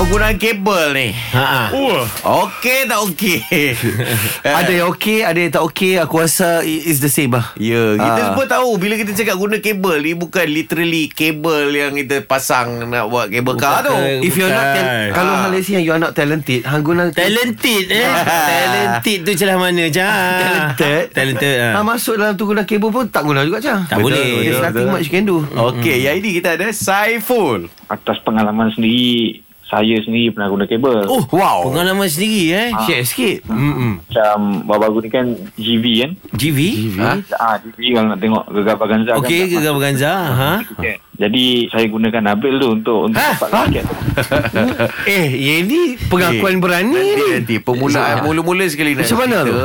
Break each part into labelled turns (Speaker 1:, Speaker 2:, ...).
Speaker 1: Penggunaan kabel ni
Speaker 2: Ha.
Speaker 1: uh. Okey tak okey Eh,
Speaker 2: Ada yang okey, ada yang tak okey. Aku rasa i- it's the same lah.
Speaker 1: Ya, yeah, kita
Speaker 2: Ah.
Speaker 1: semua tahu bila kita cakap guna kabel ni bukan literally kabel yang kita pasang nak buat kabel car tu.
Speaker 3: ke-
Speaker 2: If you're not
Speaker 3: Bukan.
Speaker 2: tal- kalau
Speaker 1: Ah.
Speaker 2: hal yang you are not talented, hang guna
Speaker 3: Talented eh Talented tu celah mana Jah
Speaker 2: talented.
Speaker 3: Talented ha.
Speaker 2: Hang masuk dalam tu guna kabel pun tak guna juga Cah.
Speaker 3: Tak boleh. Oh. Betul,
Speaker 2: There's nothing
Speaker 1: betul.
Speaker 2: much you can do.
Speaker 1: Okey, yang ini kita ada Saiful.
Speaker 4: atas pengalaman sendiri saya sendiri pernah guna kabel
Speaker 3: Oh
Speaker 1: Wow.
Speaker 3: Pengalaman sendiri eh
Speaker 2: Ha. Share sikit.
Speaker 3: Mm-mm.
Speaker 4: macam baru-baru ni kan GV kan
Speaker 3: GV, Ha?
Speaker 4: ah GV kalau nak tengok Gegar Baganza
Speaker 3: Okey
Speaker 4: kan,
Speaker 3: Gegar Berganza ha?
Speaker 4: Okey. jadi saya gunakan Nabil tu untuk untuk dapat raket
Speaker 2: Eh, yang ni pengakuan
Speaker 1: Eh,
Speaker 2: berani
Speaker 1: Nanti,
Speaker 2: ni.
Speaker 1: nanti permulaan mula-mula sekali nak
Speaker 2: Macam mana
Speaker 1: cerita,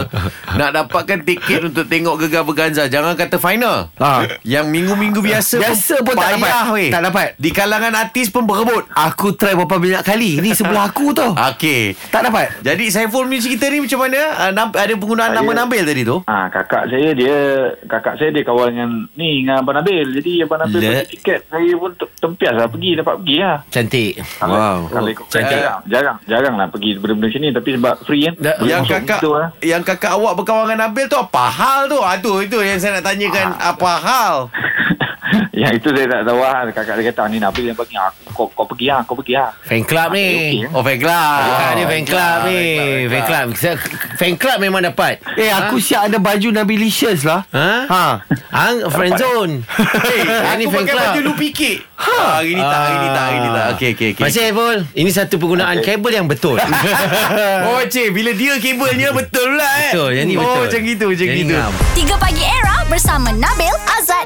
Speaker 1: Nak dapatkan tiket untuk tengok Gegar Berganza Jangan kata final
Speaker 2: Ah.
Speaker 1: Yang minggu-minggu biasa
Speaker 2: Biasa pun
Speaker 1: payah,
Speaker 2: tak dapat.
Speaker 1: weh.
Speaker 2: Tak dapat.
Speaker 1: Di kalangan artis pun berebut
Speaker 2: Aku try berapa banyak kali. Ni sebelah aku
Speaker 1: Ah.
Speaker 2: tau.
Speaker 1: Okey
Speaker 2: Tak dapat.
Speaker 1: Jadi Saiful punya cerita ni macam mana? Uh, nam- ada penggunaan
Speaker 4: Saya-
Speaker 1: nama
Speaker 3: ya.
Speaker 1: Nabil tadi tu?
Speaker 4: ah kakak saya dia kakak saya dia kawan dengan ni dengan Abang Nabil jadi Abang Nabil
Speaker 3: Le-
Speaker 4: beli tiket saya pun te- tempias lah pergi dapat pergi lah
Speaker 3: Cantik
Speaker 4: kalau,
Speaker 1: Wow.
Speaker 4: kalau
Speaker 3: Oh,
Speaker 4: ikut
Speaker 3: cantik.
Speaker 4: jarang, jarang jarang lah pergi benda-benda macam ni tapi sebab free kan
Speaker 2: Da-
Speaker 3: Ah,
Speaker 4: boleh
Speaker 1: yang
Speaker 4: masuk
Speaker 1: kakak
Speaker 4: gitu lah.
Speaker 1: yang kakak awak berkawan dengan Nabil tu apa hal tu? Aduh itu yang saya nak tanyakan
Speaker 3: Ah.
Speaker 1: apa hal?
Speaker 4: yang itu saya tak tahu lah kakak dia kata ni Nabil yang bagi aku kau, kau pergi lah kau pergi lah
Speaker 3: Fan club ni
Speaker 4: Okey,
Speaker 1: Oh fan club.
Speaker 3: Ah, ni fan club ni Fan club Fan club memang dapat
Speaker 2: Eh, aku siap ada baju Nabilicious lah.
Speaker 3: Ha?
Speaker 2: Ha.
Speaker 3: Hang friend zone
Speaker 1: Hey,
Speaker 3: Ini
Speaker 1: aku
Speaker 3: fan
Speaker 1: pakai
Speaker 3: club Ah.
Speaker 1: baju lu fikir. Ha, hari ni tak, hari ni tak, hari ni tak. Okey, okey, okey.
Speaker 3: Masih Evol Ini satu penggunaan
Speaker 4: Okey.
Speaker 3: kabel yang betul
Speaker 1: Oh cik, bila dia kabelnya betul lah eh.
Speaker 3: Betul Yang ni betul
Speaker 1: Oh macam gitu, macam
Speaker 3: Yang ni lah.
Speaker 1: gitu.
Speaker 3: ngam.
Speaker 5: 3 Pagi Era bersama Nabil, Azad